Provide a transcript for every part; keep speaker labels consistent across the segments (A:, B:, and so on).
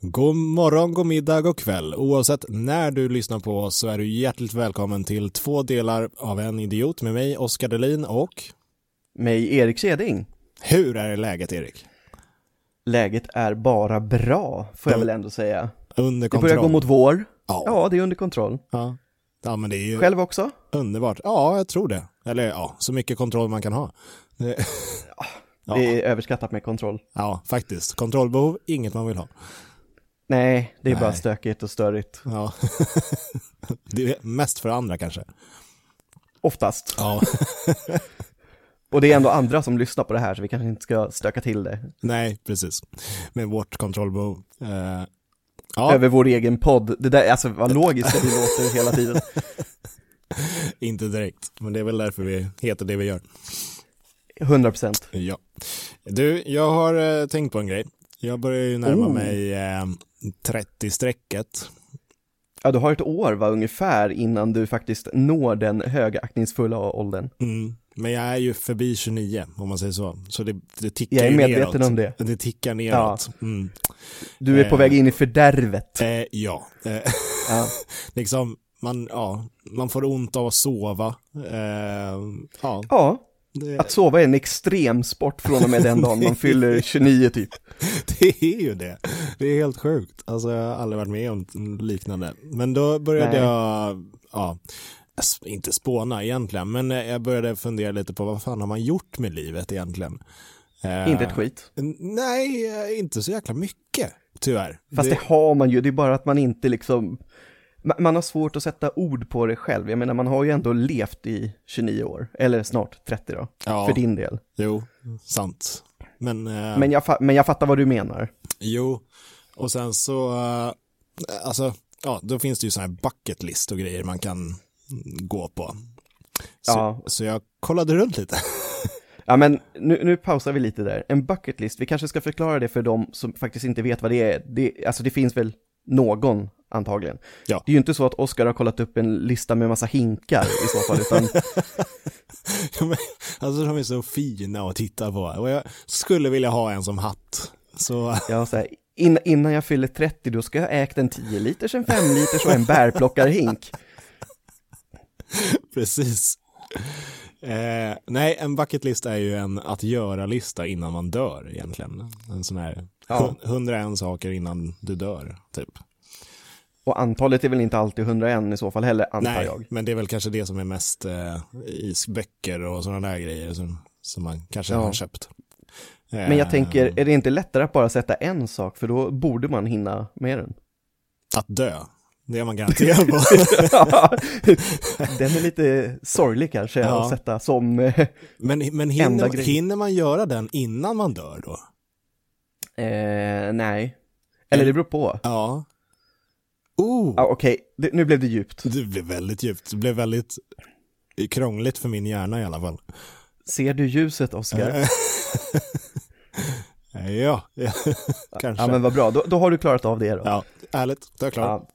A: God morgon, god middag, god kväll. Oavsett när du lyssnar på oss så är du hjärtligt välkommen till två delar av En idiot med mig, Oskar Delin och...
B: Mig Erik Seding.
A: Hur är läget, Erik?
B: Läget är bara bra, får jag
A: Mm.
B: väl ändå säga.
A: Under
B: Det
A: kontroll?
B: börjar gå mot vår.
A: Ja.
B: Ja, det är under kontroll.
A: Ja. ja, men det är ju
B: Själv också?
A: underbart. Ja, jag tror det. Eller ja, så mycket kontroll man kan ha. Det... Ja.
B: Det är överskattat med kontroll.
A: Ja, faktiskt. Kontrollbehov, inget man vill ha.
B: Nej, det är bara
A: Nej.
B: stökigt och störigt.
A: Ja. det är mest för andra kanske.
B: Oftast.
A: Ja.
B: Och det är ändå andra som lyssnar på det här, så vi kanske inte ska stöka till det.
A: Nej, precis. Med vårt kontrollbehov. Eh, ja,
B: Över vår egen podd. Det där, alltså vad logiskt det låter hela tiden.
A: inte direkt. Men det är väl därför vi heter det vi gör.
B: 100%.
A: Ja. Du, jag har eh, tänkt på en grej. Jag börjar ju närma
B: Oh.
A: mig eh, 30-strecket.
B: Ja, du har ett år va, ungefär innan du faktiskt når den högaktningsfulla åldern.
A: Mm. Men jag är ju förbi 29, om man säger så. Så det, det tickar
B: Jag är
A: ju
B: medveten
A: neråt.
B: om det.
A: Det tickar neråt. Mm.
B: Du är på
A: Eh.
B: väg in i fördärvet.
A: Eh, ja. Eh.
B: Ja.
A: liksom, man, ja, man får ont av att sova. Eh, ja,
B: ja,
A: det,
B: Att sova är en extrem sport från och med den dagen man fyller 29 typ.
A: det är ju det. Det är helt sjukt. Alltså, jag har aldrig varit med om liknande. Men då började
B: Nej.
A: jag, ja, s- inte spåna egentligen, men eh, jag började fundera lite på vad fan har man gjort med livet egentligen? Eh,
B: Inte ett skit.
A: Nej, eh, inte så jäkla mycket, tyvärr.
B: Fast det...
A: Det-
B: har man ju, det är bara att man inte liksom, ma- man har svårt att sätta ord på det själv. Jag menar, man har ju ändå levt i 29 år, eller snart 30 då,
A: ja,
B: för din del.
A: jo, sant. Men, eh,
B: Men, jag fa- men jag fattar vad du menar.
A: Jo, och sen så, eh, alltså, ja, då finns det ju sådana här bucket list och grejer man kan mm, gå på. Så,
B: Ja.
A: så jag kollade runt lite.
B: Ja men nu, nu pausar vi lite där. En bucket list, vi kanske ska förklara det för de som faktiskt inte vet vad det är. Det, alltså det finns väl någon antagligen.
A: Ja.
B: Det är ju inte så att Oskar har kollat upp en lista med massa hinkar i så fall, utan
A: De är- alltså de är så fina att titta på. Och jag skulle vilja ha en som hatt. Så,
B: Ja, så här, inn- innan jag fyller 30 då ska jag ha ägt en 10 liters, en 5 liters och en bärplockarhink.
A: precis. Eh, nej, en bucket list är ju en att göra-lista innan man dör egentligen. En sån här
B: Ja.
A: 101 saker innan du dör, typ.
B: Och antalet är väl inte alltid 101 i så fall heller, antar
A: Nej,
B: jag.
A: men det är väl kanske det som är mest eh, i böcker och sådana där grejer som, som man kanske
B: Ja.
A: har köpt. Eh,
B: Men jag tänker, är det inte lättare att bara sätta en sak, för då borde man hinna med den?
A: Att dö, det är man garanterad på.
B: den är lite sorglig kanske
A: Ja.
B: att sätta som, eh,
A: Men, men
B: Enda
A: hinner,
B: grej.
A: hinner man göra den innan man dör då?
B: eh, nej. Eller det beror på.
A: Ja. Oh,
B: Ja, okej, det- nu blev det djupt.
A: det blev väldigt djupt. Det blev väldigt krångligt för min hjärna i alla fall.
B: Ser du ljuset, Oskar?
A: Eh. Ja, ja. kanske.
B: Ja, men vad bra, då, då har du klarat av det då.
A: Ja, ärligt, då är jag klar.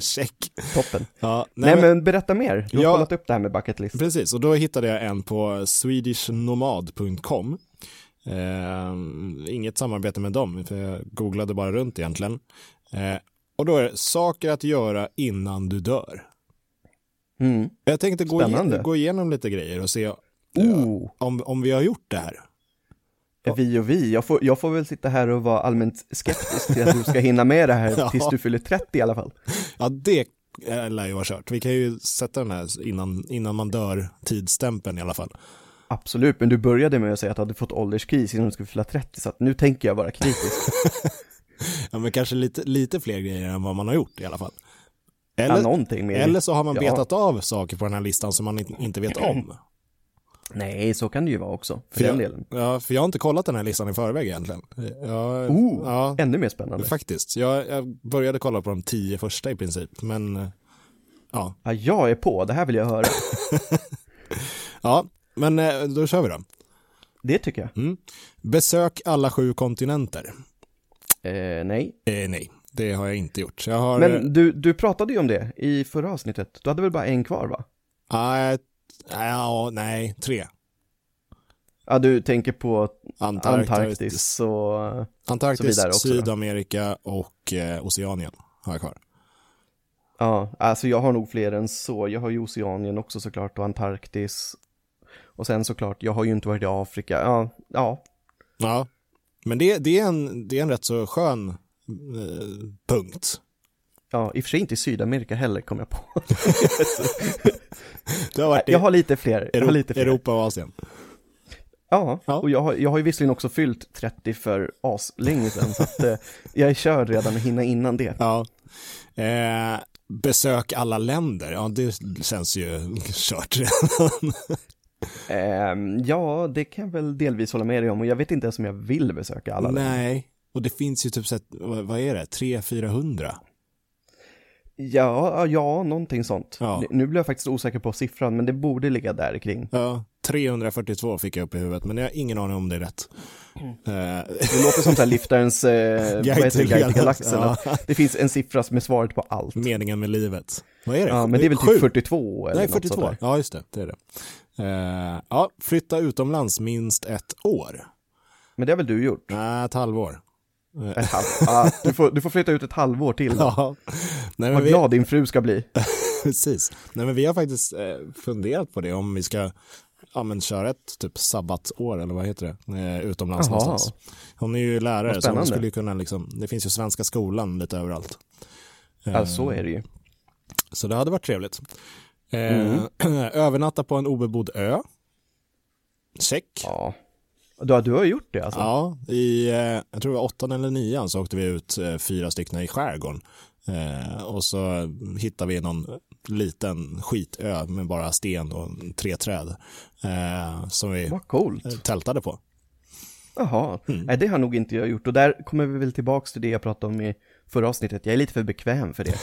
A: Check.
B: Toppen.
A: Ja,
B: Nej, men, berätta mer, du har
A: Ja.
B: kollat upp det här med bucket list.
A: Precis, och då hittade jag en på swedishnomad.com. Ehm, inget samarbete med dem, för jag googlade bara runt egentligen. Eh, och då är det saker att göra innan du dör.
B: Mm.
A: Jag tänkte gå,
B: Spännande.
A: igen, gå igenom lite grejer och se
B: Oh.
A: om, om vi har gjort det här.
B: Ja. Vi och vi, jag får, jag får väl sitta här och vara allmänt skeptisk till att du ska hinna med det här
A: Ja.
B: tills du fyller 30 i alla fall.
A: Ja, det eh, lär ju vara kört. Vi kan ju sätta den här innan, innan man dör, tidsstämpeln i alla fall.
B: Absolut, men du började med att säga att du hade fått ålderskris innan du skulle fylla 30, så att nu tänker jag vara kritisk.
A: Ja, men kanske lite, lite fler grejer än vad man har gjort i alla fall.
B: Eller,
A: Eller,
B: någonting mer.
A: Eller så har man
B: Ja.
A: betat av saker på den här listan som man in- inte vet om.
B: Nej, så kan det ju vara också, för,
A: För
B: den
A: jag-
B: delen.
A: Ja, för jag har inte kollat den här listan i förväg egentligen. Jag,
B: Oh.
A: ja,
B: Ännu mer spännande.
A: faktiskt. Jag, jag började kolla på de tio första i princip, men eh, ja.
B: Ja, jag är på, det här vill jag höra.
A: Ja, men eh, då kör vi då.
B: Det tycker jag.
A: Besök alla sju kontinenter.
B: Eh, nej.
A: Eh, nej, det har jag inte gjort. Jag har... eh,
B: Men du, du pratade ju om det i förra avsnittet, du hade väl bara en kvar va?
A: ah, eh, ja, nej, tre.
B: Ja, du tänker på
A: Antarktis, Antarktis,
B: Antarktis och... vidare också då.
A: Sydamerika och eh, Oceanien har jag kvar.
B: Ja, alltså jag har nog fler än så. Jag har ju Oceanien också såklart och Antarktis. Och sen såklart, jag har ju inte varit i Afrika. Ja, ja.
A: Ja, men det, det, är, en, det är en rätt så skön eh, punkt.
B: ja i och för sig inte i Sydamerika heller kom jag på.
A: Det har varit i
B: jag har lite fler. Jag har lite
A: Europa,
B: fler.
A: Europa och Asien.
B: Ja,
A: Ja.
B: och jag har, jag har ju visserligen också fyllt 30 för as länge sedan, så att eh, jag är körd redan att hinna innan det.
A: Ja. Eh, besök alla länder, ja det känns ju kört redan.
B: Ehm, ja, det kan jag väl delvis hålla med dig om, och jag vet inte ens om jag vill besöka alla. länder.
A: Nej, och det finns ju typ så här, vad vad är det, 300-400?
B: Ja, ja, någonting sånt.
A: Ja.
B: Nu blir jag faktiskt osäker på siffran, men det borde ligga där kring.
A: Ja, 342 fick jag upp i huvudet, men jag har ingen aning om det är rätt.
B: Mm.
A: Eh,
B: Det låter som så här liftarens, eh, vad
A: Guide
B: heter det,
A: till
B: guide till
A: galaxen,
B: galaxen. att Det finns en siffra som är svaret på allt.
A: meningen med livet. Vad är Mm. det?
B: Ja, men det är väl
A: Sju?
B: typ 42 eller
A: Nej,
B: något sånt
A: 42.
B: där.
A: Ja, just det. det, är det. Eh, ja, flytta utomlands minst ett år.
B: Men det har väl du gjort?
A: Nej, ett halvår.
B: Ett halv, ja, du, får, du får flytta ut ett halvår till.
A: Ja, Nej, men
B: Vad
A: vi,
B: glad din fru ska bli.
A: precis. Nej, men vi har faktiskt eh, funderat på det om vi ska ja, men köra ett typ sabbatsår eller vad heter det eh, utomlands
B: Jaha.
A: någonstans. Hon är ju lärare
B: Vad
A: så hon
B: spännande.
A: skulle ju kunna liksom, det finns ju svenska skolan lite överallt.
B: Ja, så är det ju.
A: Så det hade varit trevligt. Eh,
B: Mm.
A: Övernatta på en obebodd ö. Check.
B: Ja. Du, du har gjort det alltså?
A: Ja, i, eh, jag tror det var åttan eller nian så åkte vi ut eh, fyra stycken i skärgården. Eh, och så hittade vi någon liten skitö med bara sten och tre träd eh, som vi eh,
B: Vad coolt.
A: tältade på.
B: Jaha.
A: Mm.
B: Nej, det har nog inte jag gjort. Och där kommer vi väl tillbaks till det jag pratade om i förra avsnittet. Jag är lite för bekväm för det.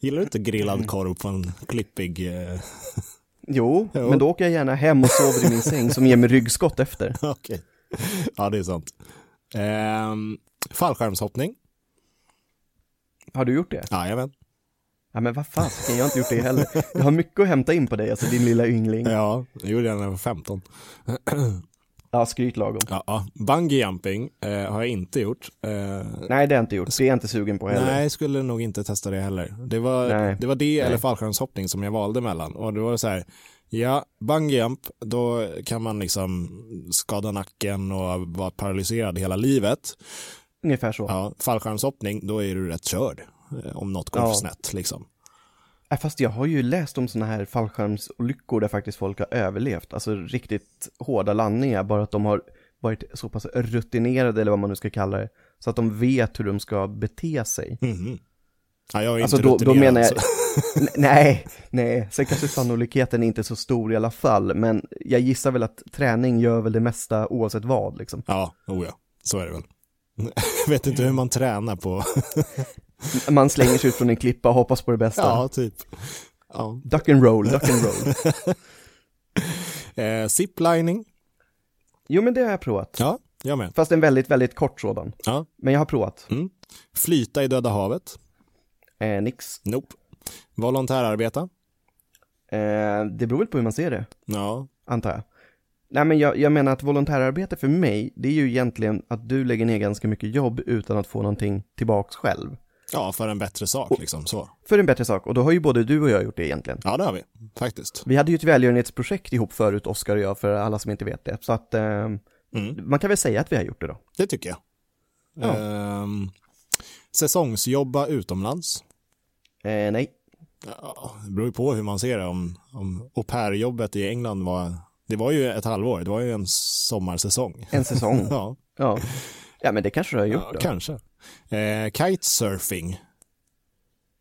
A: Gillar du inte grillad korv på en klippig... Eh,
B: Jo,
A: Jo.
B: men då åker jag gärna hem och sover i min säng som ger mig ryggskott efter.
A: Okej. Ja, det är sant. Ehm, fallskärmshoppning.
B: Har du gjort det?
A: Jajamän.
B: Ja men vad fasiken, jag har inte gjort det heller. Jag har mycket att hämta in på dig, alltså din lilla yngling.
A: Ja, det gjorde jag när jag var 15.
B: Ja, skryt lagom.
A: Ja, ja. Bungee jumping eh, har jag inte gjort. Eh,
B: Nej, det har jag inte gjort. Det är jag inte sugen på heller.
A: Nej, skulle nog inte testa det heller. Det var
B: Nej.
A: det, var det eller fallskärmshoppning som jag valde mellan. Och det var så här, ja, bungee jump, då kan man liksom skada nacken och vara paralyserad hela livet.
B: Ungefär så.
A: Ja, fallskärmshoppning, då är du rätt körd eh, om något går
B: Ja.
A: för snett. Liksom.
B: Ja. Äh, Fast jag har ju läst om sådana här fallskärmsolyckor där faktiskt folk har överlevt. Alltså riktigt hårda landningar, bara att de har varit så pass rutinerade eller vad man nu ska kalla det. Så att de vet hur de ska bete sig.
A: Mhm. Ja, jag är
B: Alltså
A: inte
B: då, då
A: rutinerad,
B: menar jag,
A: så-
B: N- nej, nej, sen kanske sannolikheten är inte så stor i alla fall, men jag gissar väl att träning gör väl det mesta oavsett vad liksom.
A: Ja, oh ja, så är det väl. Jag vet inte hur man tränar på,
B: Man slänger sig ut från en klippa och hoppas på det bästa.
A: ja, typ. Ja.
B: Duck and roll, duck and roll.
A: Eh, ziplining,
B: Jo men det har jag provat,
A: ja, jag med.
B: fast en väldigt, väldigt kort sådan.
A: Ja.
B: Men jag har provat.
A: Mm. Flyta i Döda havet.
B: Eh, nix.
A: Nope. Volontärarbeta?
B: Eh, det beror väl på hur man ser det,
A: Ja.
B: antar jag. Nej men jag, jag menar att volontärarbete för mig, det är ju egentligen att du lägger ner ganska mycket jobb utan att få någonting tillbaks själv.
A: Ja, för en bättre sak
B: Oh.
A: liksom så.
B: För en bättre sak, och då har ju både du och jag gjort det egentligen.
A: Ja, det har vi faktiskt.
B: Vi hade ju ett välgörenhetsprojekt ihop förut, Oskar och jag, för alla som inte vet det. Så att eh,
A: Mm.
B: man kan väl säga att vi har gjort det då.
A: Det tycker jag.
B: Ja.
A: Ehm, säsongsjobba utomlands?
B: Eh, nej,
A: Ja, det beror ju på hur man ser det. Om, om au pair-jobbet i England var, det var ju ett halvår, det var ju en sommarsäsong.
B: en säsong.
A: Ja,
B: ja. ja, men det kanske du har gjort
A: ja,
B: då.
A: kanske. Eh, kitesurfing?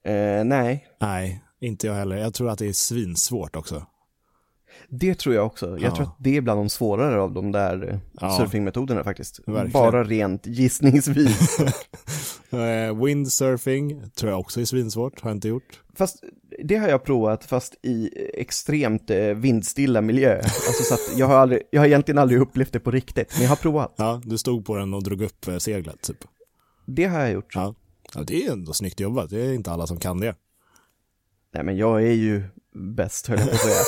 B: Eh, nej,
A: Nej, inte jag heller. Jag tror att det är svinsvårt också.
B: det tror jag också. Jag
A: Ja.
B: tror att det är bland de svårare av de där eh,
A: Ja.
B: surfingmetoderna faktiskt.
A: Verkligen.
B: Bara rent gissningsvis.
A: Eh, windsurfing tror jag också är svinsvårt, har jag inte gjort.
B: fast det har jag provat, fast i extremt eh, vindstilla miljö. Alltså så att jag har, aldrig, jag har egentligen aldrig upplevt det på riktigt, men jag har provat.
A: Ja, du stod på den och drog upp eh, seglet typ.
B: Det har jag gjort.
A: Ja. ja, det är ändå snyggt jobbat. Det är inte alla som kan det.
B: Nej men jag är ju bäst höll jag på att säga.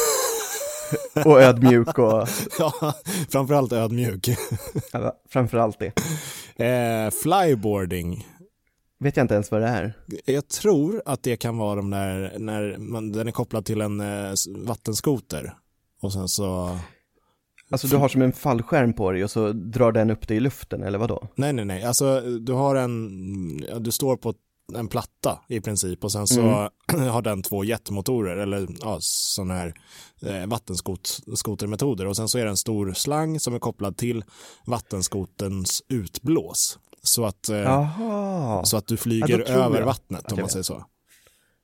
B: och ödmjuk och
A: ja, framförallt ödmjuk.
B: ja, framförallt det.
A: Eh, flyboarding.
B: Vet jag inte ens vad det är.
A: Jag tror att det kan vara de där, när man, den är kopplad till en eh, s- vattenskoter. Och sen så,
B: Alltså du har som en fallskärm på dig och så drar den upp dig i luften eller vad då?
A: nej nej nej, alltså du har en, ja, du står på en platta i princip och sen så
B: Mm.
A: har den två jetmotorer eller ja, sådana här eh, vattenskotermetoder och sen så är det en stor slang som är kopplad till vattenskotens utblås så att, eh,
B: Jaha,
A: så att du flyger
B: tror jag
A: över
B: att
A: vattnet om
B: jag
A: man
B: vet.
A: säger så.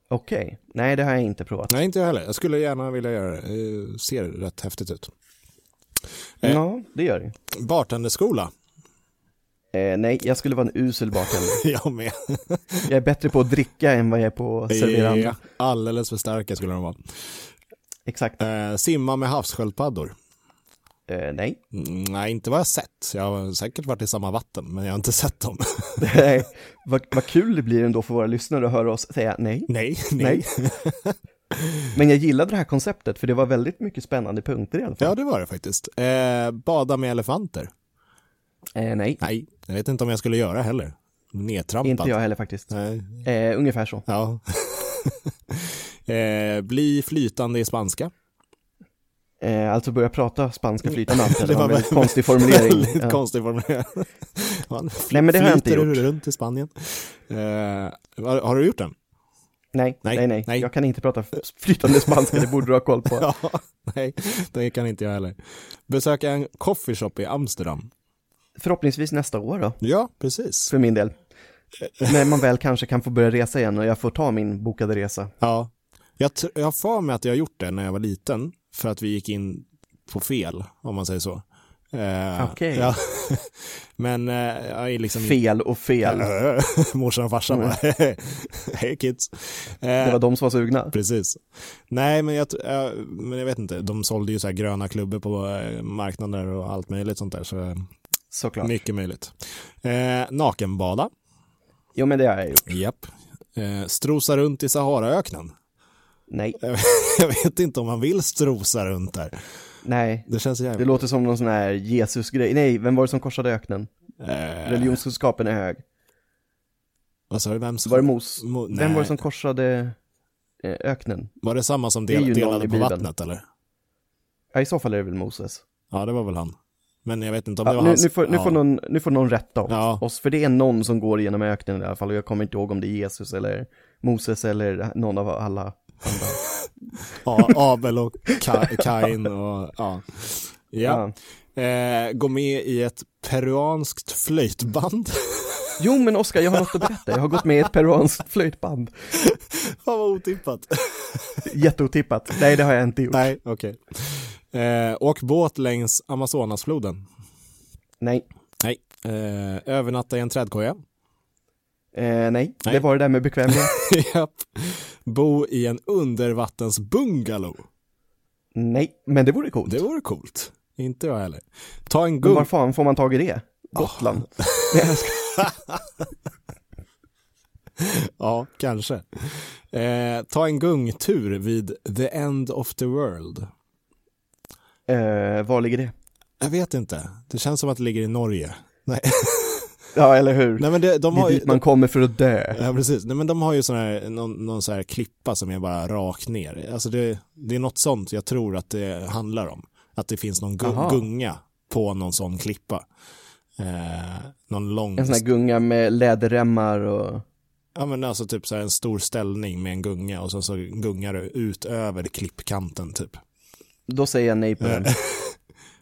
B: okej. Nej, det har jag inte provat.
A: Nej, inte jag heller. Jag skulle gärna vilja göra det. Eh, Ser rätt häftigt ut. Eh.
B: Ja, det gör det.
A: Bartenderskola.
B: Eh, nej, jag skulle vara en usel bartender.
A: Jag med.
B: Jag är bättre på att dricka än vad jag är på att servera andra.
A: Alldeles för starka skulle de
B: Exakt.
A: vara. Eh, simma med havssköldpaddor.
B: Eh, nej.
A: Mm, nej, inte vad jag sett. Jag har säkert varit i samma vatten, men jag har inte sett dem.
B: Nej, vad, vad kul det blir ändå för våra lyssnare att höra oss säga nej.
A: nej, nej.
B: Nej. Men jag gillade det här konceptet för det var väldigt mycket spännande punkter i alla fall.
A: Ja, det var det faktiskt. Eh, bada med elefanter.
B: Eh, nej,
A: Nej, jag vet inte om jag skulle göra heller. Nedtrampat.
B: inte jag heller faktiskt.
A: Nej,
B: Eh, ungefär så.
A: ja. eh, bli flytande i spanska.
B: Eh, alltså börja prata spanska flytande. allt.
A: Det
B: det var
A: var
B: en väldigt
A: väl-
B: konstig formulering.
A: Väldigt
B: Ja.
A: konstig formulering. Man
B: Nej, men det har jag inte
A: flyter
B: gjort.
A: runt i Spanien. Eh, har, har du gjort den?
B: Nej,
A: Nej,
B: nej, nej,
A: nej.
B: Jag kan inte prata f- flytande spanska, det borde du ha koll på.
A: Ja, nej, det kan inte jag heller. Besöka en coffeeshop i Amsterdam.
B: Förhoppningsvis nästa år då,
A: Ja, precis.
B: för min del. När man väl kanske kan få börja resa igen och jag får ta min bokade resa.
A: Ja. Jag, tr- jag har för mig att jag har gjort det när jag var liten, för att vi gick in på fel, om man säger så. Eh,
B: Okej.
A: Ja. Men eh, jag är liksom...
B: Fel och fel, Mm.
A: Morsan och farsan bara, hej kids. Eh,
B: det var de som var sugna.
A: Precis. Nej, men jag, t- ja, men jag vet inte. De sålde ju så här gröna klubbor på eh, marknader och allt möjligt sånt där. Så eh,
B: Såklart.
A: mycket möjligt. Eh, nakenbada.
B: Jo men det har jag gjort.
A: Japp. Eh, strosa runt i Saharaöknen.
B: Nej,
A: jag vet inte om man vill strosa runt där.
B: nej.
A: Det känns
B: Det
A: jävligt...
B: låter som någon sån här Jesus-grej. Nej, vem var det som korsade öknen?
A: Eh,
B: Religionskunskapen är hög.
A: vad sa du? Vem som...
B: Var det Mos?
A: Mo-
B: Vem var
A: nej.
B: det som korsade eh, öknen?
A: Var det samma som
B: Det är ju
A: del,
B: någon
A: delade
B: i
A: på
B: Bibeln.
A: vattnet eller?
B: Ja, i så fall är det väl Moses.
A: Ja, det var väl han. Men jag vet inte om det
B: Ja,
A: var
B: nu,
A: hans...
B: nu, får, nu,
A: ja.
B: får någon, nu får någon rätta oss,
A: Ja.
B: oss, för det är någon som går genom öknen i alla fall och jag kommer inte ihåg om det är Jesus eller Moses eller någon av alla.
A: Ja, Abel och Ka- Kain och ja. ja. Eh, gå med i ett peruanskt flöjtband.
B: Jo men Oskar, jag har något att berätta. Jag har gått med i ett peruanskt flöjtband.
A: Fan vad otippat.
B: Jätteotippat. Nej, det har jag inte gjort. Nej.
A: Nej, okej. Eh, åk båt längs Amazonasfloden.
B: Nej.
A: Nej. Eh, övernatta i en trädkoja.
B: Eh, nej.
A: Nej.
B: det var det där med bekvämlighet.
A: Japp. Bo i en undervattensbungalow.
B: nej, men det vore coolt.
A: Det vore coolt. Inte jag heller. Ta en
B: Men var
A: gung...
B: fan får man tag i det? Gotland. Nej, jag ska-
A: Ja, kanske. Eh, ta en gungtur vid the end of the world.
B: eh, var ligger det?
A: Jag vet inte. Det känns som att det ligger i Norge. Nej,
B: Ja, eller hur?
A: Nej men det, de
B: det är
A: har ju...
B: dit man kommer för att dö.
A: Ja, precis. Nej, men de har ju sån här, någon, någon sån här klippa som är bara rakt ner. Alltså det, det är något sånt jag tror att det handlar om. Att det finns någon gu-
B: Aha.
A: gunga på någon sån klippa. Eh, någon lång...
B: En sån här gunga med läderremmar och...
A: Ja, men alltså typ så här en stor ställning med en gunga och sen så gungar du ut över klippkanten typ.
B: Då säger jag nej på den.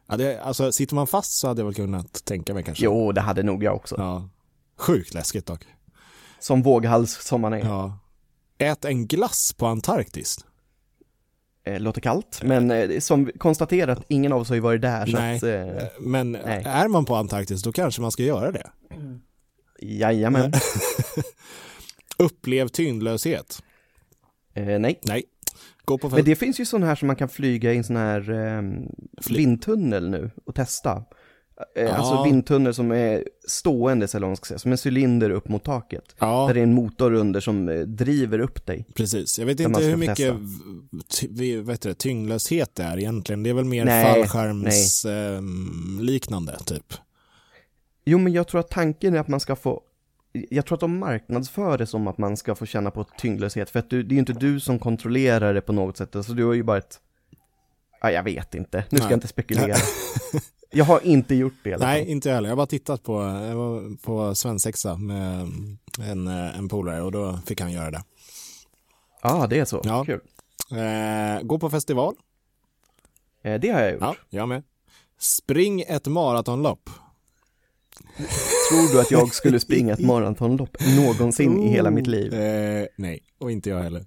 A: Ja, det, alltså sitter man fast så hade jag väl kunnat tänka mig kanske.
B: Jo, det hade nog jag också.
A: Ja. Sjukt läskigt dock.
B: Som våghals som man är.
A: Ja. Ät en glass på Antarktis.
B: Eh, låter kallt, men eh, som konstaterat, ingen av oss har ju varit där, så
A: Nej.
B: att... Eh,
A: Men
B: Nej.
A: är man på Antarktis då kanske man ska göra det.
B: jajamän.
A: Upplev tyngdlöshet.
B: Eh, nej.
A: Nej. Gå på
B: Men
A: fest.
B: det finns ju sån här som man kan flyga i en sån här eh, vindtunnel nu ehm, och testa. Eh, Alltså
A: Ja.
B: vindtunnor som är stående, eller vad man ska säga, som en cylinder upp mot taket.
A: Ja.
B: Där det är en motor under som eh, driver upp dig.
A: Precis, jag vet
B: man
A: inte
B: ska
A: hur
B: få
A: mycket
B: testa.
A: v- ty- vi- vad heter det, tyngdlöshet det är egentligen. Det är väl mer
B: Nej,
A: fallskärmsliknande typ.
B: Jo, men jag tror att tanken är att man ska få jag tror att de marknadsför det som att man ska få känna på tyngdlöshet, för att du, det är ju inte du som kontrollerar det på något sätt, alltså du har ju bara ett... Ja, jag vet inte, nu ska
A: Nej.
B: jag inte spekulera. jag har inte gjort det i alla
A: Nej,
B: fall.
A: inte jag heller. Jag har bara tittat på, jag var på svensexa med en, eh, en polare och då fick han göra det.
B: Ja, ah, det är så.
A: Ja.
B: Kul.
A: Eh, gå på festival.
B: Eh, det har jag gjort.
A: Ja, jag med. Spring ett maratonlopp.
B: Tror du att jag skulle springa ett maratonlopp någonsin i hela mitt liv?
A: Eh, nej, och inte jag heller.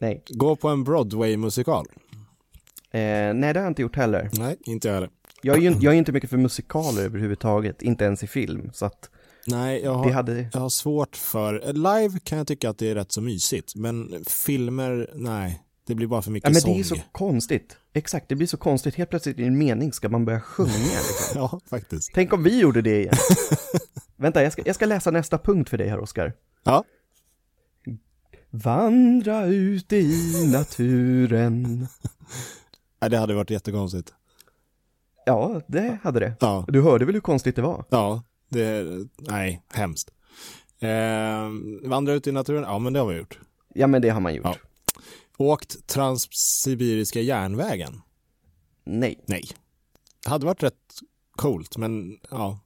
B: Nej.
A: Gå på en Broadway-musikal.
B: Eh, nej, det har jag inte gjort heller.
A: Nej, inte jag heller.
B: Jag är ju jag är inte mycket för musikaler överhuvudtaget, inte ens i film, så att
A: Nej, jag
B: det
A: har,
B: hade...
A: jag har svårt för... Live kan jag tycka att det är rätt så mysigt, men filmer, nej. Det blir bara för
B: Ja,
A: mycket
B: men det är
A: sång.
B: ju så konstigt. Exakt, det blir så konstigt. Helt plötsligt i en mening ska man börja sjunga. Liksom.
A: Ja, faktiskt.
B: Tänk om vi gjorde det igen. Vänta, jag ska, jag ska läsa nästa punkt för dig här, Oskar.
A: Ja,
B: Vandra ut i naturen.
A: Nej, det hade varit jättekonstigt.
B: Ja, det hade det.
A: Ja,
B: Du hörde väl hur konstigt det var?
A: ja det... Nej, hemskt. Eh, vandra ut i naturen? Ja, men det har vi gjort.
B: Ja, men det har man gjort.
A: Ja. Åkt Transsibiriska järnvägen?
B: Nej,
A: Nej. Det hade varit rätt coolt, men ja.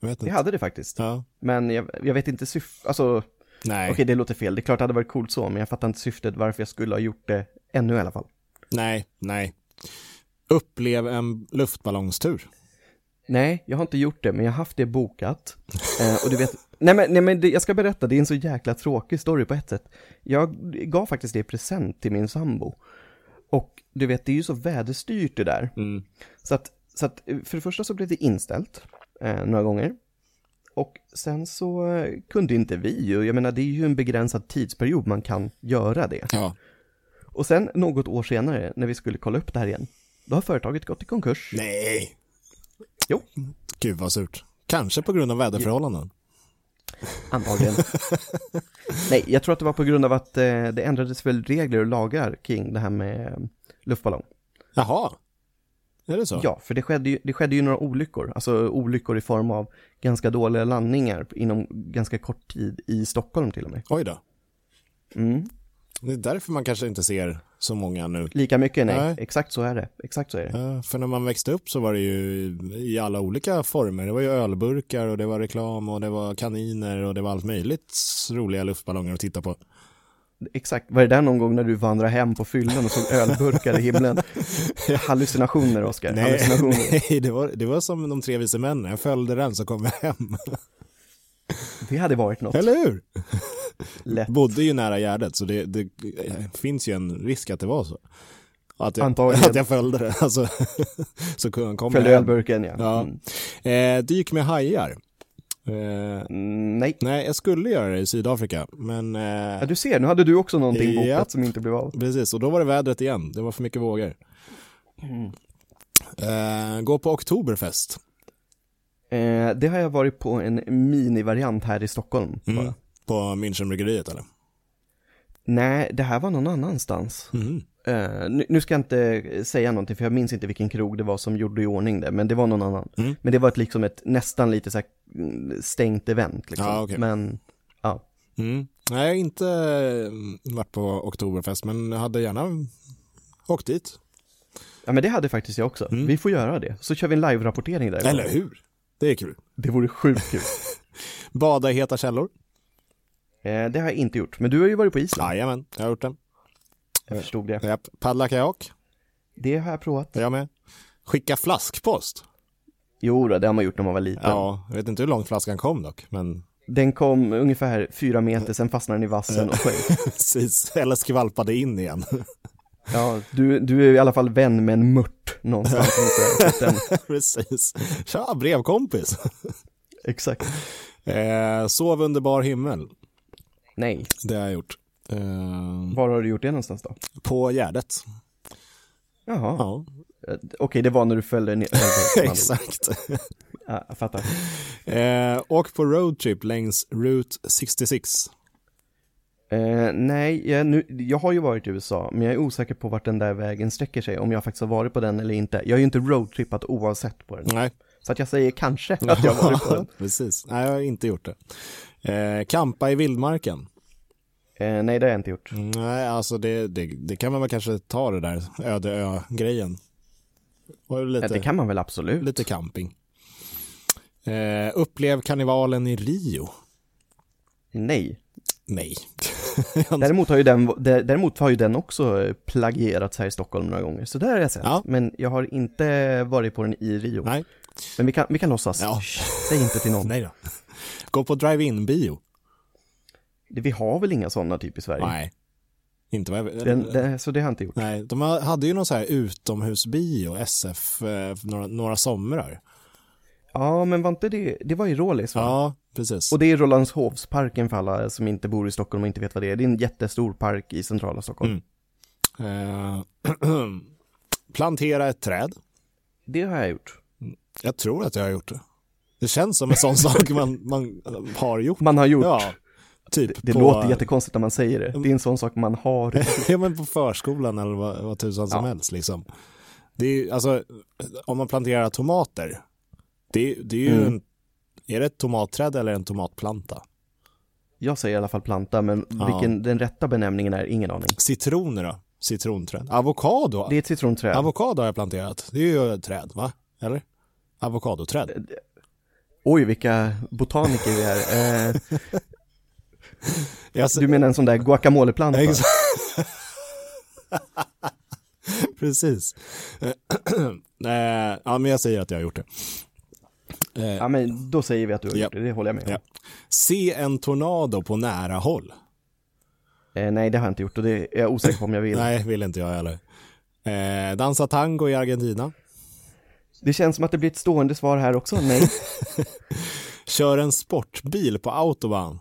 A: Jag vet
B: det
A: inte.
B: hade det faktiskt.
A: Ja.
B: Men jag, jag vet inte syftet, alltså
A: Nej.
B: Okej, det låter fel. Det är klart det hade varit coolt så, men jag fattar inte syftet varför jag skulle ha gjort det ännu i alla fall.
A: Nej, nej. Upplev en luftballongstur.
B: Nej, jag har inte gjort det, men jag har haft det bokat. Eh, och du vet, nej men, nej, men det, jag ska berätta, det är en så jäkla tråkig story på ett sätt. Jag gav faktiskt det i present till min sambo. Och du vet, det är ju så väderstyrt det där.
A: Mm.
B: Så att, så att eh, för det första så blev det inställt eh, några gånger. Och sen så eh, kunde inte vi, och jag menar det är ju en begränsad tidsperiod man kan göra det.
A: Ja.
B: Och sen något år senare, när vi skulle kolla upp det här igen, då har företaget gått i konkurs.
A: Nej.
B: Jo.
A: Gud vad surt. Kanske på grund av väderförhållanden.
B: Antagligen. Nej, jag tror att det var på grund av att eh, det ändrades väl regler och lagar kring det här med eh, luftballong.
A: Jaha. Är det så?
B: Ja, för det skedde, ju, det skedde ju några olyckor, alltså olyckor i form av ganska dåliga landningar inom ganska kort tid i Stockholm till och med.
A: Oj då.
B: Mm.
A: Det är därför man kanske inte ser så många nu.
B: Lika mycket, nej.
A: Nej.
B: Exakt så är det. Exakt så är det.
A: Eh, För när man växte upp så var det ju i alla olika former. Det var ju ölburkar och det var reklam och det var kaniner och det var allt möjligt roliga luftballonger att titta på.
B: Exakt. Var det där någon gång när du vandrade hem på fyllan och såg ölburkar i himlen? Hallucinationer, Oskar.
A: Nej,
B: Hallucinationer.
A: nej det, var, det var som de tre vise männen. Jag följde den så kom jag hem.
B: Det hade varit något.
A: Eller hur?
B: Lätt.
A: Bodde ju nära Gärdet, så det, det finns ju en risk att det var så. Att jag,
B: Antagligen.
A: att jag följde det. Alltså, så kom kom
B: Följde
A: jag hem.
B: ölburken ja.
A: Ja.
B: Mm.
A: Eh, dyk med hajar. Eh,
B: Mm, Nej.
A: nej, jag skulle göra det i Sydafrika, men eh,
B: Ja, du ser, nu hade du också någonting bokat
A: Japp.
B: som inte blev av.
A: precis, och då var det vädret igen. Det var för mycket vågor. Mm. Eh, gå på Oktoberfest.
B: Eh, det har jag varit på en minivariant här i Stockholm.
A: Mm.
B: Bara.
A: På Münchenbryggeriet eller?
B: Nej, det här var någon annanstans.
A: Mhm.
B: Eh, nu, nu ska jag inte säga någonting för jag minns inte vilken krog det var som gjorde i ordning det, men det var någon annan.
A: Mm.
B: Men det var ett, liksom ett nästan lite så här mm, stängt event liksom.
A: Ja, okej.
B: Men, ja.
A: Mm. Nej, jag har inte eh, varit på Oktoberfest, men jag hade gärna åkt dit.
B: ja, men det hade faktiskt jag också. Vi får göra det. Så kör vi en live-rapportering där.
A: Mm. Eller hur? Det är kul.
B: Det vore sjukt kul.
A: Bada i heta källor.
B: eh, det har jag inte gjort, men du har ju varit på Island.
A: Jajamän, jag har gjort det.
B: Jag förstod det.
A: Japp. Paddla kajak,
B: Det har jag provat.
A: jag med. Skicka flaskpost.
B: Jo då, det har man gjort när man var liten.
A: Ja, jag vet inte hur långt flaskan kom dock, men
B: Den kom ungefär fyra meter, sen fastnade den i vassen och sjönk.
A: precis. Eller skvalpade in igen.
B: Ja, du, du är i alla fall vän med en mört någonstans. runt där. Den,
A: precis. Tja, brevkompis.
B: exakt.
A: Eh, sov under bar himmel.
B: Nej,
A: Det har jag gjort. Eh,
B: var har du gjort det någonstans då?
A: på Gärdet.
B: Jaha,
A: Ja.
B: Eh, Okej, det var när du följde ner.
A: Exakt.
B: Ja, jag fattar.
A: Eh, åk på roadtrip längs Route 66.
B: Eh, nej, jag, nu, jag har ju varit i USA, men jag är osäker på vart den där vägen sträcker sig, om jag faktiskt har varit på den eller inte. Jag har ju inte roadtrippat oavsett på den.
A: Nej,
B: Så att jag säger kanske att jag har varit på den.
A: precis. Nej, jag har inte gjort det. Eh, kampa i vildmarken.
B: Eh, nej, det har jag inte gjort.
A: Nej, alltså det, det, det kan man väl kanske ta det där öde ö-grejen. Och
B: Ja,
A: lite,
B: det kan man väl absolut.
A: lite camping. Eh, upplev karnevalen i Rio.
B: Nej.
A: Nej.
B: Däremot har, ju den, dä- däremot har ju den också eh, plagierats här i Stockholm några gånger, så det har jag sett.
A: Ja.
B: Men jag har inte varit på den i Rio.
A: Nej.
B: Men vi kan, vi kan låtsas.
A: Ja.
B: Shh, Säg inte till någon.
A: Nej då. Gå på drive-in-bio.
B: Vi har väl inga sådana typ i Sverige?
A: Nej. Inte vad jag vet.
B: Den, den, så det har jag inte gjort.
A: Nej, de ha- hade ju någon så här utomhusbio, SF, eh, för några, några somrar.
B: Ja, men var inte det, det var i Rålis va?
A: Ja, precis.
B: Och det är Rolandshovsparken för alla som inte bor i Stockholm och inte vet vad det är. Det är en jättestor park i centrala Stockholm.
A: Mm. Eh, plantera ett träd.
B: Det har jag gjort.
A: Jag tror att jag har gjort det. Det känns som en sån sak man, man har gjort.
B: Man har gjort.
A: Ja, typ
B: Det
A: på,
B: låter jättekonstigt när man säger det. Det är en sån sak man har.
A: ja, men på förskolan eller vad, vad tusan som
B: Ja.
A: helst. Liksom. Det är, ju- alltså, om man planterar tomater, det, är- det är ju
B: Mm.
A: en, är det ett tomatträd eller en tomatplanta?
B: Jag säger i alla fall planta, men
A: Ja.
B: vilken den rätta benämningen är, ingen aning.
A: Citroner då? Citronträd? Avokado?
B: Det är ett citronträd.
A: Avokado har jag planterat. Det är ju ett träd, va? Eller?
B: Eh,
A: Avokadoträd.
B: Oj, vilka botaniker vi är. Eh,
A: Jag, ser-
B: du menar en sån där guacamoleplanta?
A: Exakt. Precis. Eh, eh, ja, men jag säger att jag har gjort det. Eh,
B: Ja, men då säger vi att du har
A: Ja.
B: gjort det, det håller jag med om.
A: Ja. Se en tornado på nära håll.
B: Eh, nej, det har jag inte gjort och det är jag osäker på om jag vill.
A: Nej, vill inte jag heller. Eh, dansa tango i Argentina.
B: Det känns som att det blir ett stående svar här också, nej.
A: Kör en sportbil på autobahn.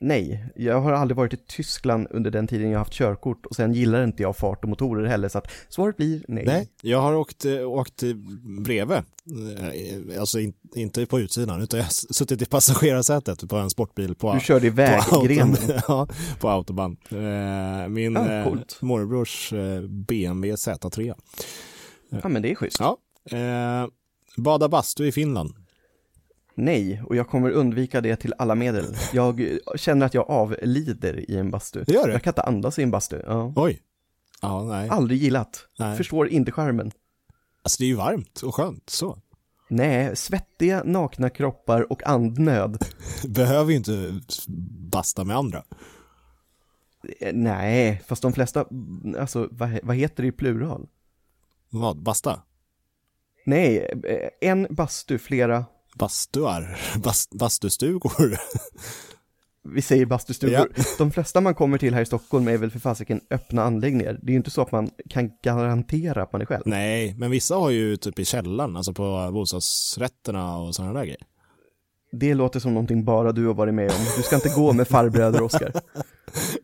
B: Nej, jag har aldrig varit i Tyskland under den tiden jag har haft körkort och sen gillar inte jag fart och motorer heller så att svaret blir nej.
A: Nej, jag har åkt, eh, åkt bredvid. Eh, Alltså in, inte på utsidan, utan jag har s- suttit i passagerarsätet på en sportbil på
B: Du körde iväg
A: på,
B: i Äh, grenen.
A: autobahn. ja, på autobahn. Eh, Min
B: Ah,
A: eh,
B: coolt.
A: morbrors eh, BMW Z3.
B: Ja men det är schysst.
A: Ja. Eh, Bada bastu i Finland.
B: Nej, och jag kommer undvika det till alla medel. Jag känner att jag avlider i en bastu.
A: Det gör du?
B: Jag kan inte andas i en bastu. Ja.
A: Oj. Ja, nej.
B: Aldrig gillat.
A: Nej.
B: Förstår inte skärmen.
A: Alltså det är ju varmt och skönt så.
B: Nej, svettiga, nakna kroppar och andnöd.
A: Behöver ju inte basta med andra.
B: Eh, Nej, fast de flesta, alltså vad, he- vad heter det i plural?
A: Vad? Basta?
B: Nej, eh, en bastu, flera,
A: Bastuar? Bast, bastustugor?
B: vi säger bastustugor.
A: Ja.
B: De flesta man kommer till här i Stockholm är väl för fasiken öppna anläggningar. Det är ju inte så att man kan garantera att man är själv.
A: nej, men vissa har ju typ i källaren, alltså på bostadsrätterna och sådana där grejer.
B: Det låter som någonting bara du har varit med om. Du ska inte gå med farbröder Oskar.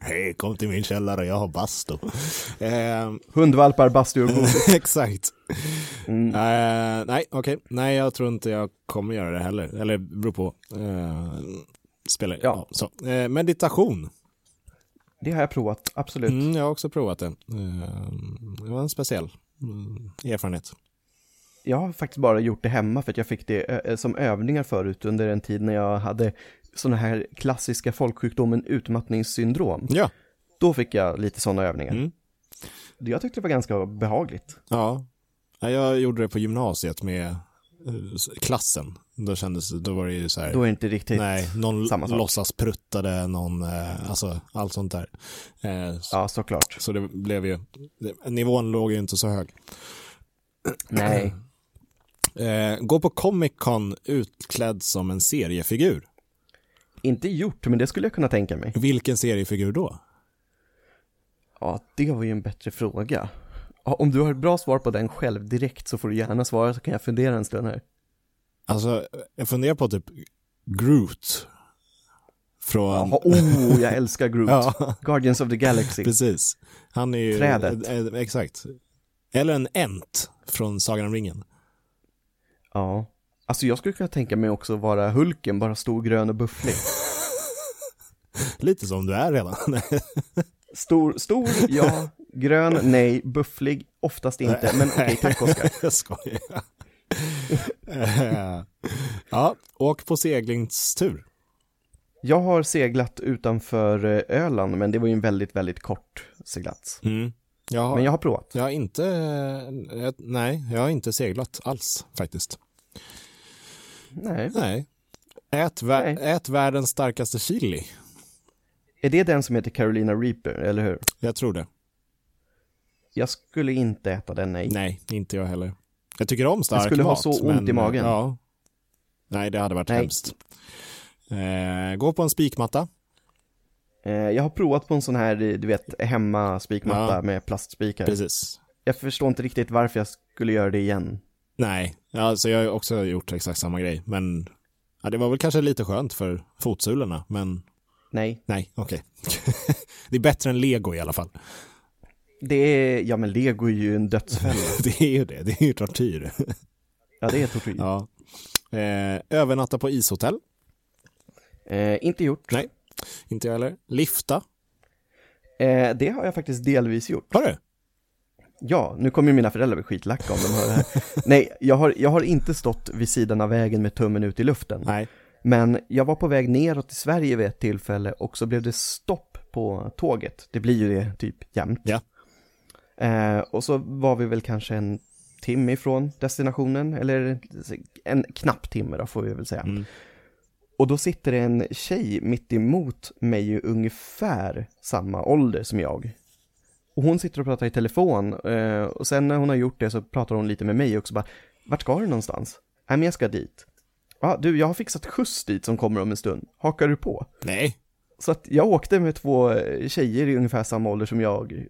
A: Hej, kom till min källare, jag har bastu. Ehm,
B: Hundvalpar, bastu och godis.
A: Exakt.
B: Mm.
A: Eh, nej, okej. Nej, jag tror inte jag kommer göra det heller. Eller beror på. Uh, spelar. Ja. så. Eh, meditation.
B: Det har jag provat, absolut.
A: Mm, jag har också provat det. Eh, det var en speciell mm, erfarenhet.
B: Jag har faktiskt bara gjort det hemma för att jag fick det eh, som övningar förut under en tid när jag hade sådana här klassiska folksjukdomen utmattningssyndrom.
A: Ja.
B: Då fick jag lite sådana övningar.
A: Mm.
B: Jag tyckte det var ganska behagligt.
A: ja. Ja, Jag gjorde det på gymnasiet med eh, s- klassen. Då kändes det, då var det ju så här.
B: Då är det inte riktigt...
A: Nej, någon
B: samma sak.
A: låtsaspruttade, någon, eh, alltså allt sånt där. Eh, så,
B: Ja, såklart.
A: så det blev ju, det, nivån låg ju inte så hög.
B: Nej.
A: Eh, gå på Comic Con utklädd som en seriefigur.
B: Inte gjort, men det skulle jag kunna tänka mig.
A: Vilken seriefigur då?
B: Ja, det var ju en bättre fråga. Ja, om du har ett bra svar på den själv direkt så får du gärna svara så kan jag fundera en stund här.
A: Alltså, jag funderar på typ Groot. Från...
B: Jaha, oh, jag älskar Groot.
A: Ja,
B: Guardians of the Galaxy.
A: precis. Han är ju...
B: Trädet.
A: Eh, eh, exakt. Eller en ent från Sagan om ringen.
B: Ja. Alltså jag skulle kunna tänka mig också vara Hulken, bara stor, grön och bufflig.
A: Lite som du är redan.
B: Stor, stor, ja. Grön, nej. Bufflig, oftast inte. Men okej, tack Oskar.
A: Jag skojar. Eh, ja, åk på seglingstur.
B: Jag har seglat utanför eh, Öland, men det var ju en väldigt, väldigt kort seglats.
A: Mm. Jag, har,
B: Men
A: jag...
B: jag har provat.
A: har inte, eh, nej, jag har inte seglat alls faktiskt.
B: Nej.
A: Nej. Ät, vä-
B: Nej.
A: ät världens starkaste chili.
B: Är det den som heter Carolina Reaper, eller hur?
A: Jag tror det.
B: Jag skulle inte äta den, nej.
A: Nej, inte jag heller. Jag tycker om stark mat.
B: skulle ha så ont
A: men, eh,
B: i magen.
A: Ja. Nej, det hade varit
B: Nej.
A: hemskt. Eh, gå på en spikmatta.
B: Eh, Jag har provat på en sån här, eh, du vet, hemma spikmatta
A: Ja.
B: med plastspikar.
A: Precis.
B: Jag förstår inte riktigt varför jag skulle göra det igen.
A: Nej, alltså jag har ju också gjort exakt samma grej, men ja, det var väl kanske lite skönt för fotsulorna, men
B: Nej,
A: nej, okej. det är bättre än lego i alla fall.
B: Mm. det är, ja men lego är ju en dödsfälla.
A: Det är ju det, det är ju tortyr.
B: Mm. Ja, det är tortyr.
A: ja. eh, övernatta på ishotell.
B: Eh, inte gjort.
A: Nej, inte jag heller. Lifta.
B: Eh, det har jag faktiskt delvis gjort.
A: Har du?
B: Ja, nu kommer ju mina föräldrar bli skitlacka om de hör det här. Nej, jag har, jag har inte stått vid sidan av vägen med tummen ut i luften.
A: Nej.
B: Men jag var på väg neråt till Sverige vid ett tillfälle och så blev det stopp på tåget. Det blir ju det typ jämt.
A: Ja.
B: Eh, och så var vi väl kanske en timme ifrån destinationen, eller en knapp timme då får vi väl säga.
A: Mm.
B: Och då sitter det en tjej mitt emot mig ju ungefär samma ålder som jag. Och hon sitter och pratar i telefon eh, och sen när hon har gjort det så pratar hon lite med mig också bara, vart ska du någonstans? Nej men jag ska dit. Ja Ah, du, jag har fixat skjuts dit som kommer om en stund, hakar du på?
A: Nej.
B: Så att jag åkte med två eh, tjejer i ungefär samma ålder som jag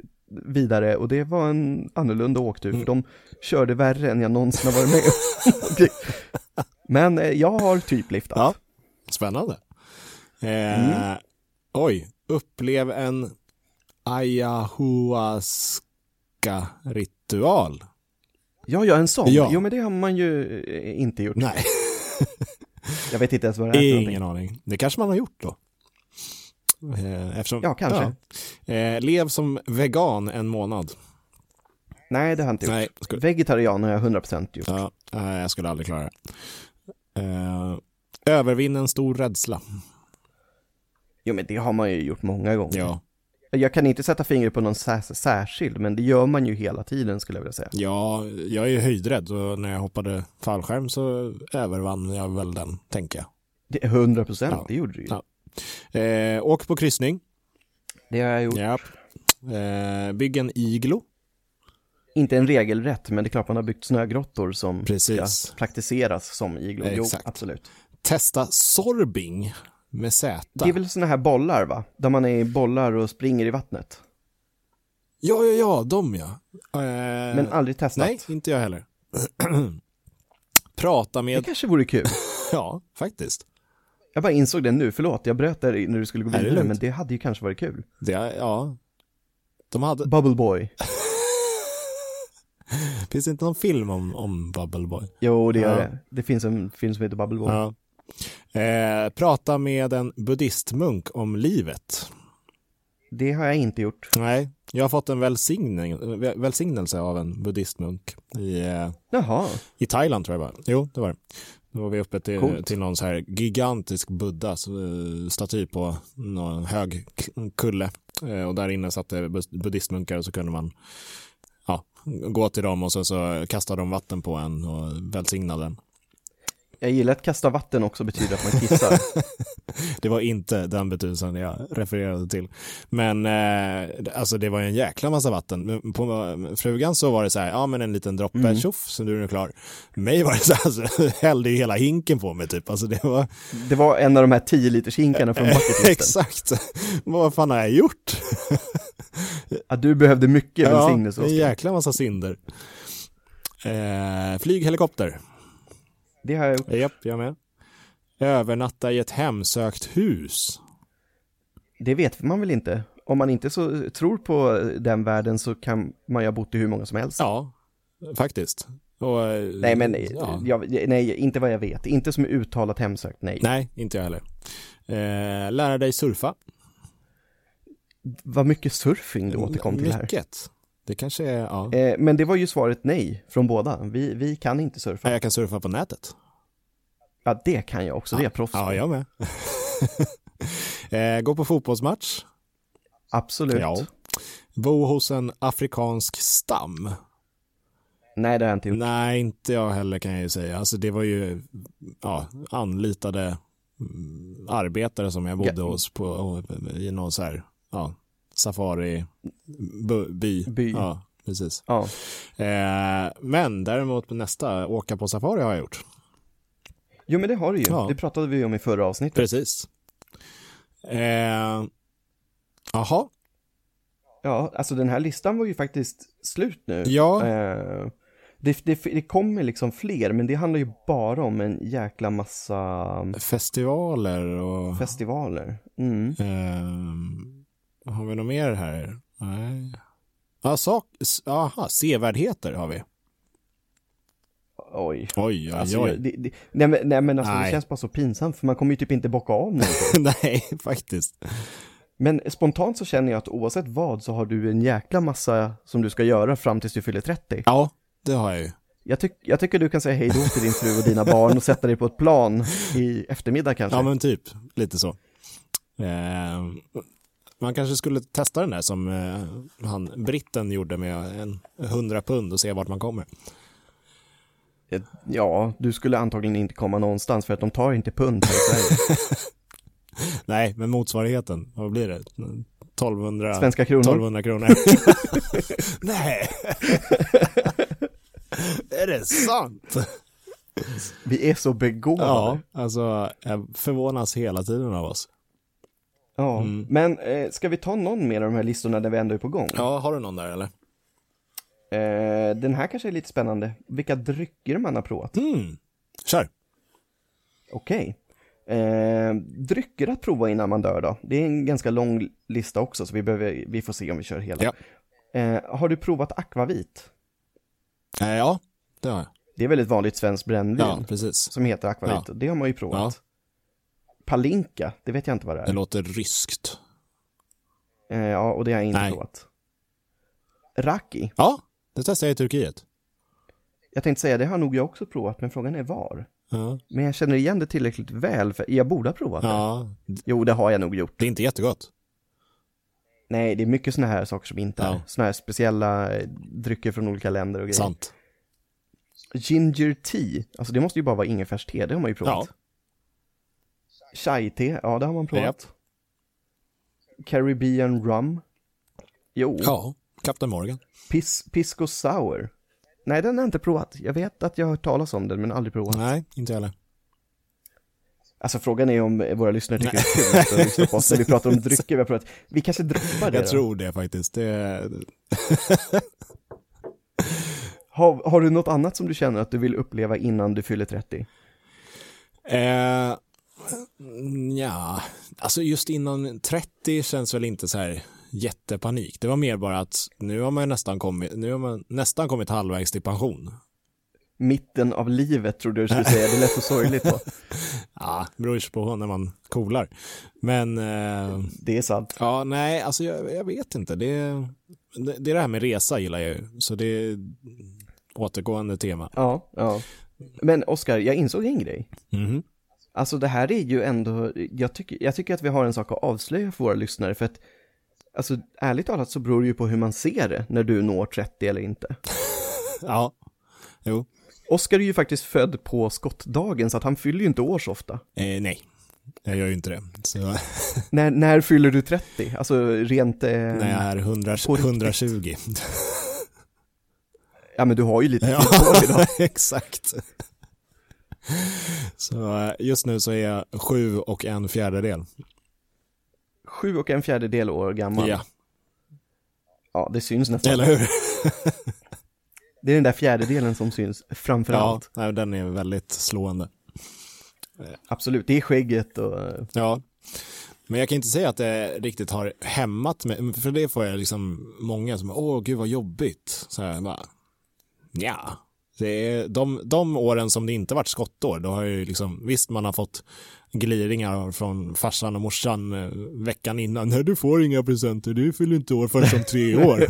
B: vidare och det var en annorlunda åktur
A: Mm.
B: för de körde värre än jag någonsin har varit med om. Okej. Men eh, jag har typ liftat.
A: Ja. Spännande. Eh, Oj, upplev en ayahuasca-ritual.
B: Ja, ja, en sån.
A: Ja.
B: Jo, men det har man ju eh, inte gjort.
A: Nej.
B: Jag vet inte ens vad det är för någonting.
A: Ingen aning. Det kanske man har gjort då. Eh, Eftersom,
B: Ja, kanske.
A: Ja. Eh, lev som vegan en månad.
B: Nej, det har jag inte gjort.
A: Nej, skulle,
B: Vegetarian har jag 100% gjort.
A: ja, eh, jag skulle aldrig klara det. Eh, övervinn en stor rädsla.
B: Jo, men det har man ju gjort många gånger.
A: Ja,
B: Jag kan inte sätta fingret på någon sä- särskild, men det gör man ju hela tiden skulle jag vilja säga.
A: ja, jag är ju höjdrädd och när jag hoppade fallskärm så övervann jag väl den, tänker jag.
B: Det är 100%,
A: Ja.
B: det gjorde du ju.
A: Ja. Eh, åk på kryssning.
B: Det har jag gjort.
A: Ja. Eh, bygg en iglo.
B: Inte en regelrätt, men det är klart man har byggt snögrottor som
A: Precis.
B: ska praktiseras som iglo. Jo,
A: Exakt.
B: absolut.
A: Testa sorbing med Z.
B: Det är väl sådana här bollar, va? Där man är i bollar och springer i vattnet.
A: Ja, ja, ja, de ja. Eh,
B: Men aldrig testat.
A: Nej, inte jag heller. Prata
B: Det
A: med,
B: kanske vore kul.
A: ja, faktiskt.
B: Jag bara insåg det nu, förlåt, jag bröt där när du skulle gå
A: Nej, det är
B: vidare,
A: lugnt.
B: men det hade ju kanske varit kul.
A: Det, ja, de hade,
B: Bubble Boy.
A: finns det inte någon film om, om Bubble Boy?
B: Jo, det gör
A: Ja.
B: det. Det finns en film som heter Bubble Boy.
A: Ja. Eh, prata med en buddhistmunk om livet.
B: Det har jag inte gjort.
A: Nej, jag har fått en välsigning, väl- välsignelse av en buddhistmunk i, eh,
B: Jaha,
A: i Thailand tror jag bara. Jo, det var det. Då var vi uppe till,
B: Coolt.
A: till någon så här gigantisk buddha-staty på någon hög k- kulle. Eh, Och där inne satt det bus- buddhistmunkar och så kunde man ja, gå till dem och så, så kastade de vatten på en och välsignade den.
B: jag gillar att kasta vatten också betyder att man kissar.
A: Det var inte den betydelsen jag refererade till. Men eh, alltså det var ju en jäkla massa vatten. Men På eh, frugan så var det så här, ja men en liten droppe,
B: Mm.
A: tjoff, så nu är den klar. Mig var det så här, alltså, hällde ju hela hinken på mig typ. Alltså det var
B: det var en av de här 10 liters hinkarna från bucketlisten.
A: exakt, vad fan har jag gjort?
B: Att du behövde mycket välsignelse.
A: en
B: Oskar.
A: jäkla massa synder. Eh, flyg helikopter,
B: Det har jag gjort.
A: japp, jag med. Övernatta i ett hemsökt hus.
B: Det vet man väl inte? om man inte så tror på den världen så kan man ju ha bott i hur många som helst.
A: Ja, faktiskt. Och, eh,
B: Nej, men
A: ja.
B: jag, nej, inte vad jag vet. Inte som är uttalat hemsökt, nej.
A: Nej, inte jag heller. Eh, lära dig surfa.
B: Vad mycket surfing du återkom till här.
A: Mm, Mycket. Det kanske är, ja.
B: Eh, men det var ju svaret nej från båda. Vi, vi kan inte surfa.
A: Nej, Jag kan surfa på nätet.
B: Ja, det kan jag också. Det är jag proffs på.
A: Ja, jag med. eh, gå på fotbollsmatch.
B: Absolut.
A: Ja. Bo hos en afrikansk stam.
B: Nej, det har jag inte gjort.
A: Nej, inte jag heller kan jag ju säga. Alltså det var ju ja, anlitade mm, arbetare som jag bodde
B: Ja.
A: hos på, och- i någon så här ja, safari bu- by.
B: By.
A: Ja, precis.
B: Ja.
A: Eh, men däremot nästa, åka på safari har jag gjort.
B: Jo, men det har du ju.
A: Ja.
B: Det pratade vi om i förra avsnittet.
A: Precis. Eh, Jaha,
B: Ja, alltså den här listan var ju faktiskt slut nu.
A: ja,
B: Eh, det, det, det kommer liksom fler, men det handlar ju bara om en jäkla massa
A: festivaler och...
B: festivaler. Mm.
A: Ehm, har vi något mer här? Nej. Ja, sak, s- aha, sevärdheter har vi.
B: Oj.
A: Oj, oj,
B: Alltså, jag-
A: oj.
B: det, det, nej, men, nej men alltså
A: Nej.
B: det känns bara så pinsamt för man kommer ju typ inte bocka av nu.
A: Nej, faktiskt.
B: Men spontant så känner jag att oavsett vad så har du en jäkla massa som du ska göra fram tills du fyller 30.
A: Ja, det har jag ju.
B: Jag, tyck, jag tycker du kan säga hej då till din fru och dina barn och sätta dig på ett plan i eftermiddag kanske.
A: Ja, men typ lite så. Ehm, man kanske skulle testa den där som eh, han britten gjorde med en 100 pund och se vart man kommer.
B: Eh, Ja, du skulle antagligen inte komma någonstans för att de tar inte pund här i Sverige.
A: Nej, men motsvarigheten, vad blir det? 1200,
B: Svenska kronor.
A: 1200 kronor. Nej. Är det sant?
B: Vi är så begåvade.
A: Ja,
B: Ja.
A: alltså jag förvånas hela tiden av oss.
B: Men eh, ska vi ta någon mer av de här listorna där vi ändå är på gång?
A: Mm. Ja, har du någon där eller?
B: Eh, den här kanske är lite spännande. Vilka drycker man har provat?
A: Mm. Kör.
B: Okej. Eh, drycker att prova innan man dör då? Det är en ganska lång lista också, så vi, behöver, vi får se om vi kör hela.
A: Ja.
B: Eh, har du provat akvavit?
A: Eh, ja, det har jag.
B: Det är väldigt vanligt svenskt brännvin
A: Ja, precis.
B: som heter akvavit.
A: Ja.
B: Det har man ju provat. Palinka, det vet jag inte vad det är.
A: Det låter ryskt.
B: Eh, ja, och det har jag inte
A: Nej.
B: provat. Raki.
A: Ja, det testade jag i Turkiet.
B: Jag tänkte säga, det har nog jag också provat, men frågan är var.
A: Ja.
B: Men jag känner igen det tillräckligt väl, för jag borde ha provat det.
A: ja,
B: Jo, det har jag nog gjort.
A: det är inte jättegott.
B: Nej, det är mycket sådana här saker som inte är.
A: Ja.
B: Sådana här speciella eh, drycker från olika länder och grejer.
A: Sant.
B: Ginger tea, alltså det måste ju bara vara ingefärste, det har man ju provat.
A: Ja.
B: Chai-te, ja det har man provat. Caribbean rum. Jo.
A: Ja, Captain Morgan.
B: Pis, pisco sour. Nej, den har jag inte provat. Jag vet att jag har hört talas om den, men aldrig provat.
A: Nej, inte jag heller.
B: Alltså frågan är om våra lyssnare tycker det är kul att lyssna på oss när vi pratar om drycker vi har provat. Vi kanske droppar det
A: Jag
B: då.
A: tror det faktiskt. Det...
B: Har, har du något annat som du känner att du vill uppleva innan du fyller 30?
A: Eh, ja, alltså just innan 30 känns väl inte så här jättepanik. Det var mer bara att nu har man ju nästan kommit, nu har man nästan kommit halvvägs till pension.
B: Mitten av livet trodde jag du skulle säga, det lät så sorgligt då.
A: Ja, det beror ju på när man coolar. Men eh,
B: Det är sant.
A: ja, nej, alltså jag, jag vet inte. Det, det, det är det här med resa gillar jag ju. Så det är återgående tema.
B: Ja, ja. Men Oskar, jag insåg en grej.
A: Mhm.
B: Alltså det här är ju ändå, jag tycker, jag tycker att vi har en sak att avslöja för våra lyssnare för att Alltså ärligt talat så beror det ju på hur man ser det när du når 30 eller inte.
A: Ja, jo,
B: Oskar är ju faktiskt född på skottdagen så att han fyller ju inte år så ofta.
A: eh, nej, jag gör ju inte det. Så
B: När, när fyller du 30? Alltså rent, eh,
A: när jag är 100,
B: På riktigt.
A: 120.
B: ja men du har ju lite tid
A: Ja,
B: kvar idag.
A: exakt. Så eh, just nu så är jag sju och en fjärdedel.
B: Sju och en fjärdedel år gammal.
A: Ja,
B: Ja, det syns nästan.
A: eller hur?
B: Det är den där fjärdedelen som syns
A: Ja,
B: framförallt.
A: nej, den är väldigt slående.
B: Absolut, det är skägget och eh,
A: Ja, Men jag kan inte säga att det riktigt har hämmat mig, för det får jag liksom många som, åh gud vad jobbigt. Så här, bara, ja. Det är de, de åren som det inte varit skottår, då har jag ju liksom, visst man har fått gliringar från farsan och morsan eh, veckan innan, nej du får inga presenter, du fyller inte år förrän om tre år.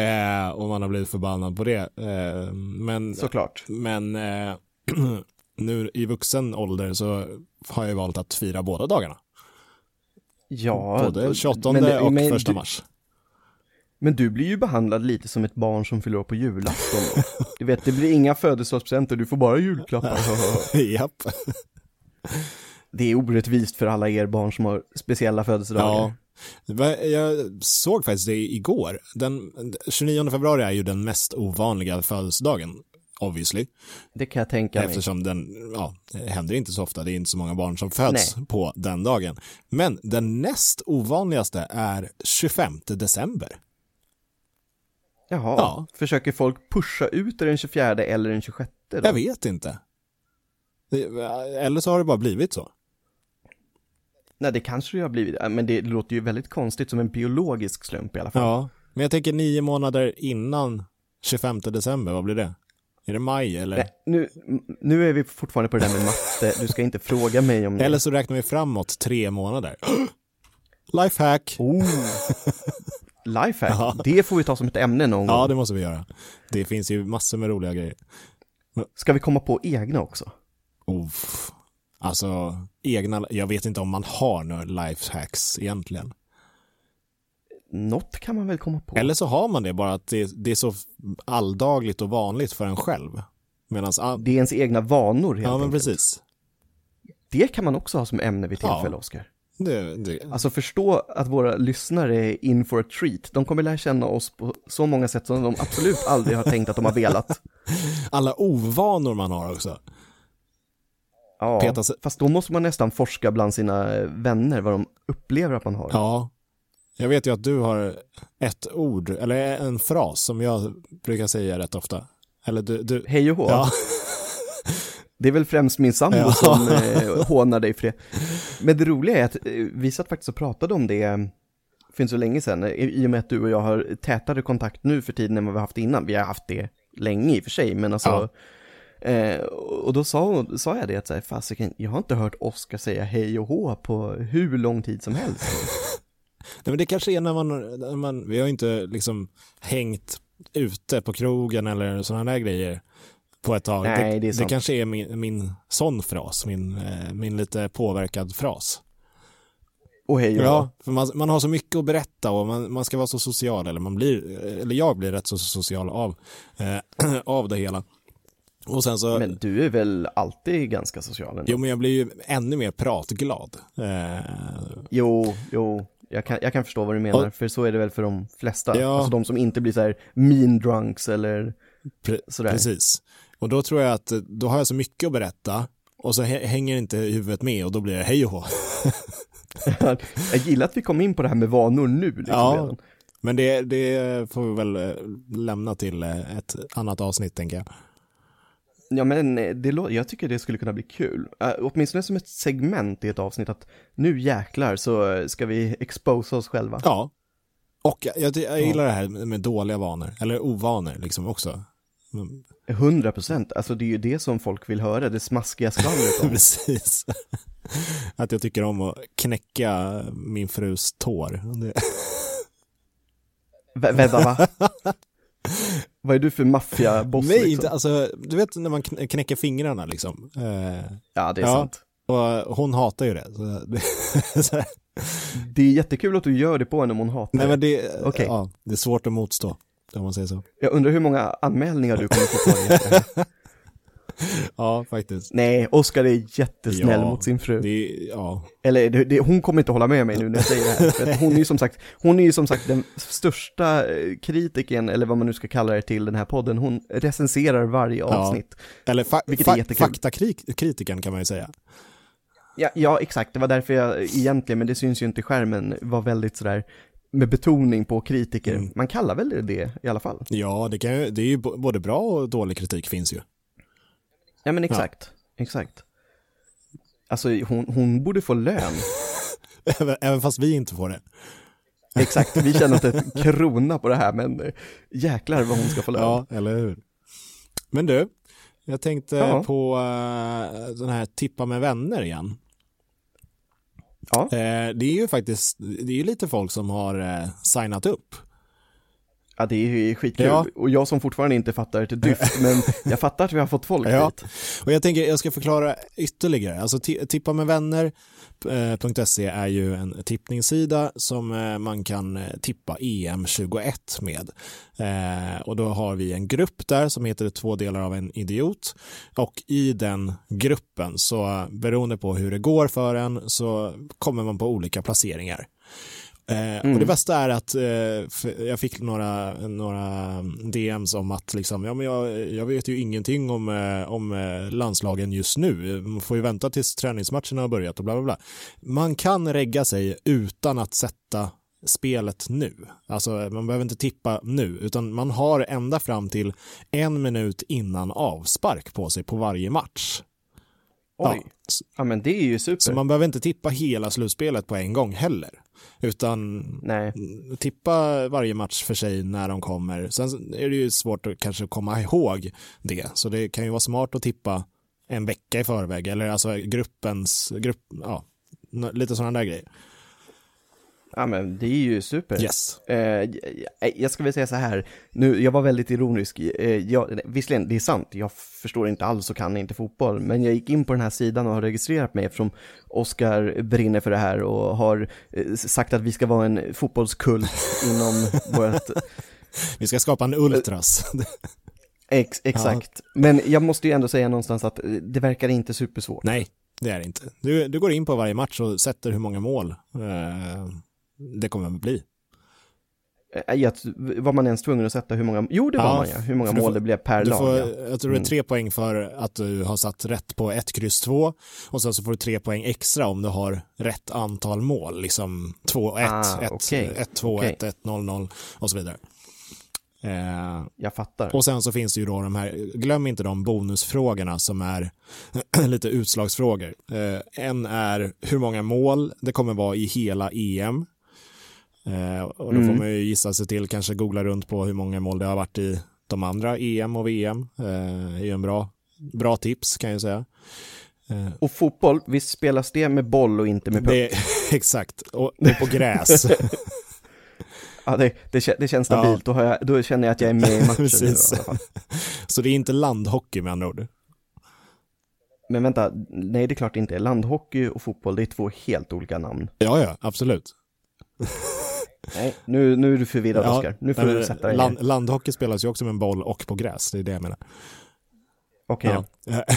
A: eh, och man har blivit förbannad på det. Eh, men
B: Såklart.
A: men eh, nu i vuxen ålder så har jag valt att fira båda dagarna.
B: Ja,
A: Både 28
B: men det-
A: och
B: men
A: 1
B: du-
A: mars.
B: Men du blir ju behandlad lite som ett barn som fyller år på julafton. då. Du vet, det blir inga födelsedagspresenter, du får bara julklappar.
A: Japp.
B: Det är orättvist för alla er barn som har speciella födelsedagar.
A: Ja. Va- Jag såg faktiskt det igår. Den 29 februari är ju den mest ovanliga födelsedagen, obviously.
B: Det kan jag tänka mig.
A: Eftersom den, ja, det händer inte så ofta, det är inte så många barn som föds på den dagen. Men den näst ovanligaste är 25 december.
B: Jaha,
A: Ja.
B: försöker folk pusha ut det den 24 eller den 26 då?
A: Jag vet inte. Det- Eller så har det bara blivit så.
B: Nej, det kanske det har blivit, Ja, men det låter ju väldigt konstigt som en biologisk slump i alla fall.
A: Ja, men jag tänker nio månader innan 25 december, vad blir det? Är det maj eller?
B: Nej, nu, nu är vi fortfarande på det där med matte, du ska inte fråga mig om det.
A: Eller så räknar vi framåt tre månader. Lifehack!
B: Oh. Lifehack, det får vi ta som ett ämne någon gång.
A: Ja, det måste vi göra. Det finns ju massor med roliga grejer.
B: Ska vi komma på egna också?
A: Uff. Alltså, egna, jag vet inte om man har några lifehacks egentligen.
B: Något kan man väl komma på?
A: Eller så har man det, bara att det, det är så alldagligt och vanligt för en själv. Medan,
B: Det är ens egna vanor helt
A: ja men
B: enkelt.
A: precis.
B: Det kan man också ha som ämne vid tillfälle,
A: Ja.
B: Oskar.
A: Det, det,
B: Alltså förstå att våra lyssnare är in for a treat. De kommer lära känna oss på så många sätt som de absolut aldrig har tänkt att de har velat.
A: alla ovanor man har också.
B: Ja,
A: Peta sig-
B: fast då måste man nästan forska bland sina vänner vad de upplever att man har.
A: Ja. Jag vet ju att du har ett ord, eller en fras som jag brukar säga rätt ofta. Eller du, du
B: Hej och hå.
A: Ja.
B: Det är väl främst min sambo
A: Ja.
B: som eh, hånar dig för det. Men det roliga är att eh, vi satt faktiskt och pratade om det eh, för inte så länge sedan, eh, i och med att du och jag har tätare kontakt nu för tiden än vad vi har haft innan. Vi har haft det länge i och för sig, men alltså... Eh, och då sa, hon- sa jag det att så här, fasiken, jag har inte hört Oskar säga hej och hå på hur lång tid som helst.
A: Nej, men det kanske är när man, när man, vi har ju inte liksom hängt ute på krogen eller sådana där grejer på ett tag.
B: Nej, det är
A: det,
B: sant.
A: kanske är min, min sån fras, min, eh, min lite påverkad fras.
B: Och hej och hå.
A: Ja, för man, man har så mycket att berätta och man, man ska vara så social, eller, man blir, eller jag blir rätt så social av, eh, av det hela. Och sen så,
B: Men du är väl alltid ganska social ändå?
A: Jo, men jag blir ju ännu mer pratglad. Eh,
B: Jo, jo. Jag kan, jag kan förstå vad du menar,
A: Och-
B: för så är det väl för de flesta.
A: Ja.
B: Alltså de som inte blir så här mean drunks eller
A: pre-
B: sådär.
A: precis. Och då tror jag att eh, då har jag så mycket att berätta och så hä- hänger inte huvudet med och då blir det hej och hå.
B: jag gillar att vi kom in på det här med vanor nu. Liksom,
A: Ja.
B: redan.
A: Men det, det får vi väl eh, lämna till eh, ett annat avsnitt, tänker jag.
B: ja, men eh, det, lå- jag tycker det skulle kunna bli kul. Eh, åtminstone som ett segment i ett avsnitt att nu jäklar så eh, ska vi exposa oss själva.
A: Ja. Och jag, jag, jag gillar det här med dåliga vanor, eller ovanor liksom också.
B: 100 procent, alltså det är ju det som folk vill höra, det smaskiga skvallret. om.
A: Precis. Att jag tycker om att knäcka min frus tår. Det,
B: Vä- Vänta va? Vad är du för maffiaboss
A: nej,
B: liksom?
A: inte, alltså, du vet när man knä- knäcker fingrarna liksom. Eh,
B: Ja, det är
A: Ja.
B: sant.
A: Och hon hatar ju det. Så det så här.
B: Det är jättekul att du gör det på henne om hon hatar
A: Nej,
B: det.
A: men det,
B: Okej.
A: ja, det är svårt att motstå, om man säger så.
B: Jag undrar hur många anmälningar du kommer få ta efter det här.
A: Ja, faktiskt.
B: Nej, Oskar är jättesnäll
A: Ja,
B: mot sin fru.
A: Det, är- ja.
B: Eller det, det, hon kommer inte hålla med mig nu när jag säger det här. För att hon är ju som sagt, hon är ju som sagt den största eh, kritiken, eller vad man nu ska kalla det till den här podden. Hon recenserar varje avsnitt.
A: Eller fa
B: Vilket är
A: fa
B: jättekul.
A: faktakritiken kan man ju säga.
B: Ja, ja, exakt. Det var därför jag egentligen, men det syns ju inte i skärmen, var väldigt sådär med betoning på kritiker. Man kallar väl det det i alla fall?
A: Ja, det, kan ju, det är ju bo- både bra och dålig kritik finns ju.
B: Ja men exakt, exakt. Alltså hon, hon borde få lön.
A: även, även fast vi inte får det.
B: Exakt, vi känner inte en krona på det här, men eh, jäklar vad hon ska få lön.
A: Ja, eller hur. Men du, jag tänkte
B: Ja.
A: på eh, den här tippa med vänner igen.
B: Ja.
A: Eh, det är ju faktiskt, det är ju lite folk som har eh, signat upp.
B: Ja, det är ju skitkul.
A: Ja.
B: Och jag som fortfarande inte fattar ett dyft, men jag fattar att vi har fått folk
A: Ja.
B: dit.
A: Och jag tänker, jag ska förklara ytterligare. Alltså ti- eh, tippamedvänner.se E är ju en tippningssida som eh, man kan eh, tippa EM21 med. Eh, Och då har vi en grupp där som heter Två delar av en idiot. Och i den gruppen, så eh, beroende på hur det går för en, så kommer man på olika placeringar. Eh, Och det bästa är att eh, f- jag fick några, några DMs om att liksom, ja, men jag, jag vet ju ingenting om, eh, om eh, landslagen just nu. Man får ju vänta tills träningsmatcherna har börjat och bla bla bla. Man kan regga sig utan att sätta spelet nu. Alltså man behöver inte tippa nu, utan man har ända fram till en minut innan avspark på sig på varje match.
B: Oj,
A: Ja,
B: ja.
A: s-
B: men det är ju super.
A: så man behöver inte tippa hela slutspelet på en gång heller, utan
B: Nej,
A: tippa varje match för sig när de kommer. Sen är det ju svårt att kanske komma ihåg det, så det kan ju vara smart att tippa en vecka i förväg, eller alltså gruppens, grupp, ja, n- lite sådana där grejer.
B: ja men det är ju super.
A: Yes.
B: Eh, jag- jag ska väl säga så här, nu, jag var väldigt ironisk. Eh, jag, nej, visserligen, det är sant, jag förstår inte alls och kan inte fotboll, men jag gick in på den här sidan och har registrerat mig eftersom Oskar brinner för det här och har eh, sagt att vi ska vara en fotbollskult inom vårt
A: Vi ska skapa en ultras.
B: Ex, exakt. Men jag måste ju ändå säga någonstans att eh, det verkar inte supersvårt.
A: Nej, det är det inte. Du, du går in på varje match och sätter hur många mål eh, det kommer att bli.
B: Eh, Jag, var man ens tvungen att sätta hur många, jo det var
A: Ja,
B: man ja, hur många
A: för du
B: mål
A: får-
B: det blev per
A: Du
B: lag. Mm.
A: får,
B: ja.
A: jag tror det är tre poäng för att du har satt rätt på 1, kryss 2 och sen så får du tre poäng extra om du har rätt antal mål, liksom 2, 1,
B: Ah,
A: 1,
B: okej.
A: 1, 2,
B: Okej.
A: 1, 1, 0, 0 och så vidare. Eh,
B: Jag fattar.
A: och sen så finns det ju då de här, glöm inte de bonusfrågorna som är lite utslagsfrågor. Eh, en är hur många mål det kommer vara i hela EM. Eh, och då
B: Mm.
A: får man ju gissa sig till, kanske googla runt på hur många mål det har varit i de andra EM och VM. Eh, är ju en bra, bra tips kan jag ju säga.
B: Och fotboll, visst spelas det med boll och inte med puck? Det...
A: Det, exakt, och, och på gräs.
B: Ja, det, det, kä- det känns stabilt, då, har jag, då känner jag att jag är med i matchen nu, i
A: Precis.
B: alla fall.
A: så det är inte landhockey med andra ord.
B: Men vänta, nej det är klart det inte är. Landhockey och fotboll, det är två helt olika namn.
A: Ja, ja, absolut.
B: Nej, nu, nu är du förvirrad
A: Ja,
B: Oskar, nu får
A: nej,
B: du
A: men
B: sätta dig
A: land,
B: ner.
A: Landhockey spelas ju också med en boll och på gräs, det är det jag menar.
B: Okej,
A: Ja.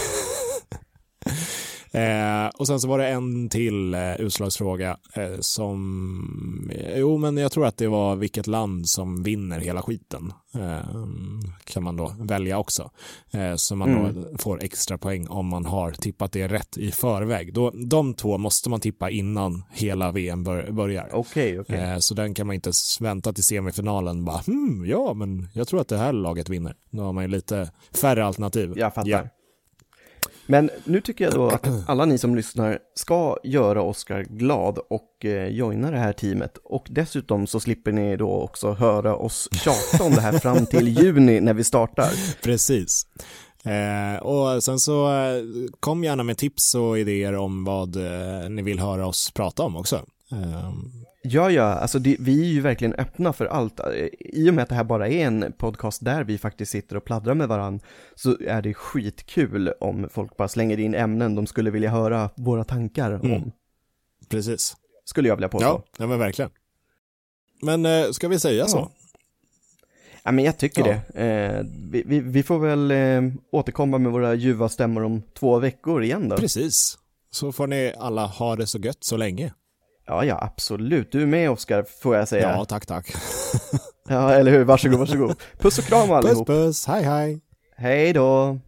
A: Eh, och sen så var det en till eh, utslagsfråga eh, som, eh, jo men jag tror att det var vilket land som vinner hela skiten. Eh, kan man då välja också. Eh, så man
B: Mm.
A: då får extra poäng om man har tippat det rätt i förväg. Då, de två måste man tippa innan hela VM bör, börjar.
B: okej, okej.
A: Eh, så den kan man inte s- vänta till semifinalen och bara, hmm, ja men jag tror att det här laget vinner. Då har man ju lite färre alternativ.
B: Jag fattar.
A: Ja.
B: Men nu tycker jag då att alla ni som lyssnar ska göra Oscar glad och eh, joina det här teamet. Och dessutom så slipper ni då också höra oss tjata om det här fram till juni när vi startar.
A: Precis. Eh, och sen så eh, kom gärna med tips och idéer om vad eh, ni vill höra oss prata om också. Eh,
B: Ja, ja, alltså det, vi är ju verkligen öppna för allt. I och med att det här bara är en podcast där vi faktiskt sitter och pladdrar med varann så är det skitkul om folk bara slänger in ämnen de skulle vilja höra våra tankar om.
A: precis.
B: Skulle jag vilja påstå.
A: Mm. Ja, ja, men verkligen. Men eh, ska vi säga så?
B: Ja, men jag tycker
A: Ja.
B: det. Eh, vi, vi, vi får väl eh, återkomma med våra ljuva stämmor om två veckor igen då.
A: Precis. Så får ni alla ha det så gött så länge.
B: Ja, ja, absolut. Du är med Oskar, får jag säga.
A: Ja,
B: Ja.
A: tack, tack.
B: eller hur? Varsågod, varsågod. Puss och kram allihop.
A: Puss, puss. Hej, hej.
B: Hej då.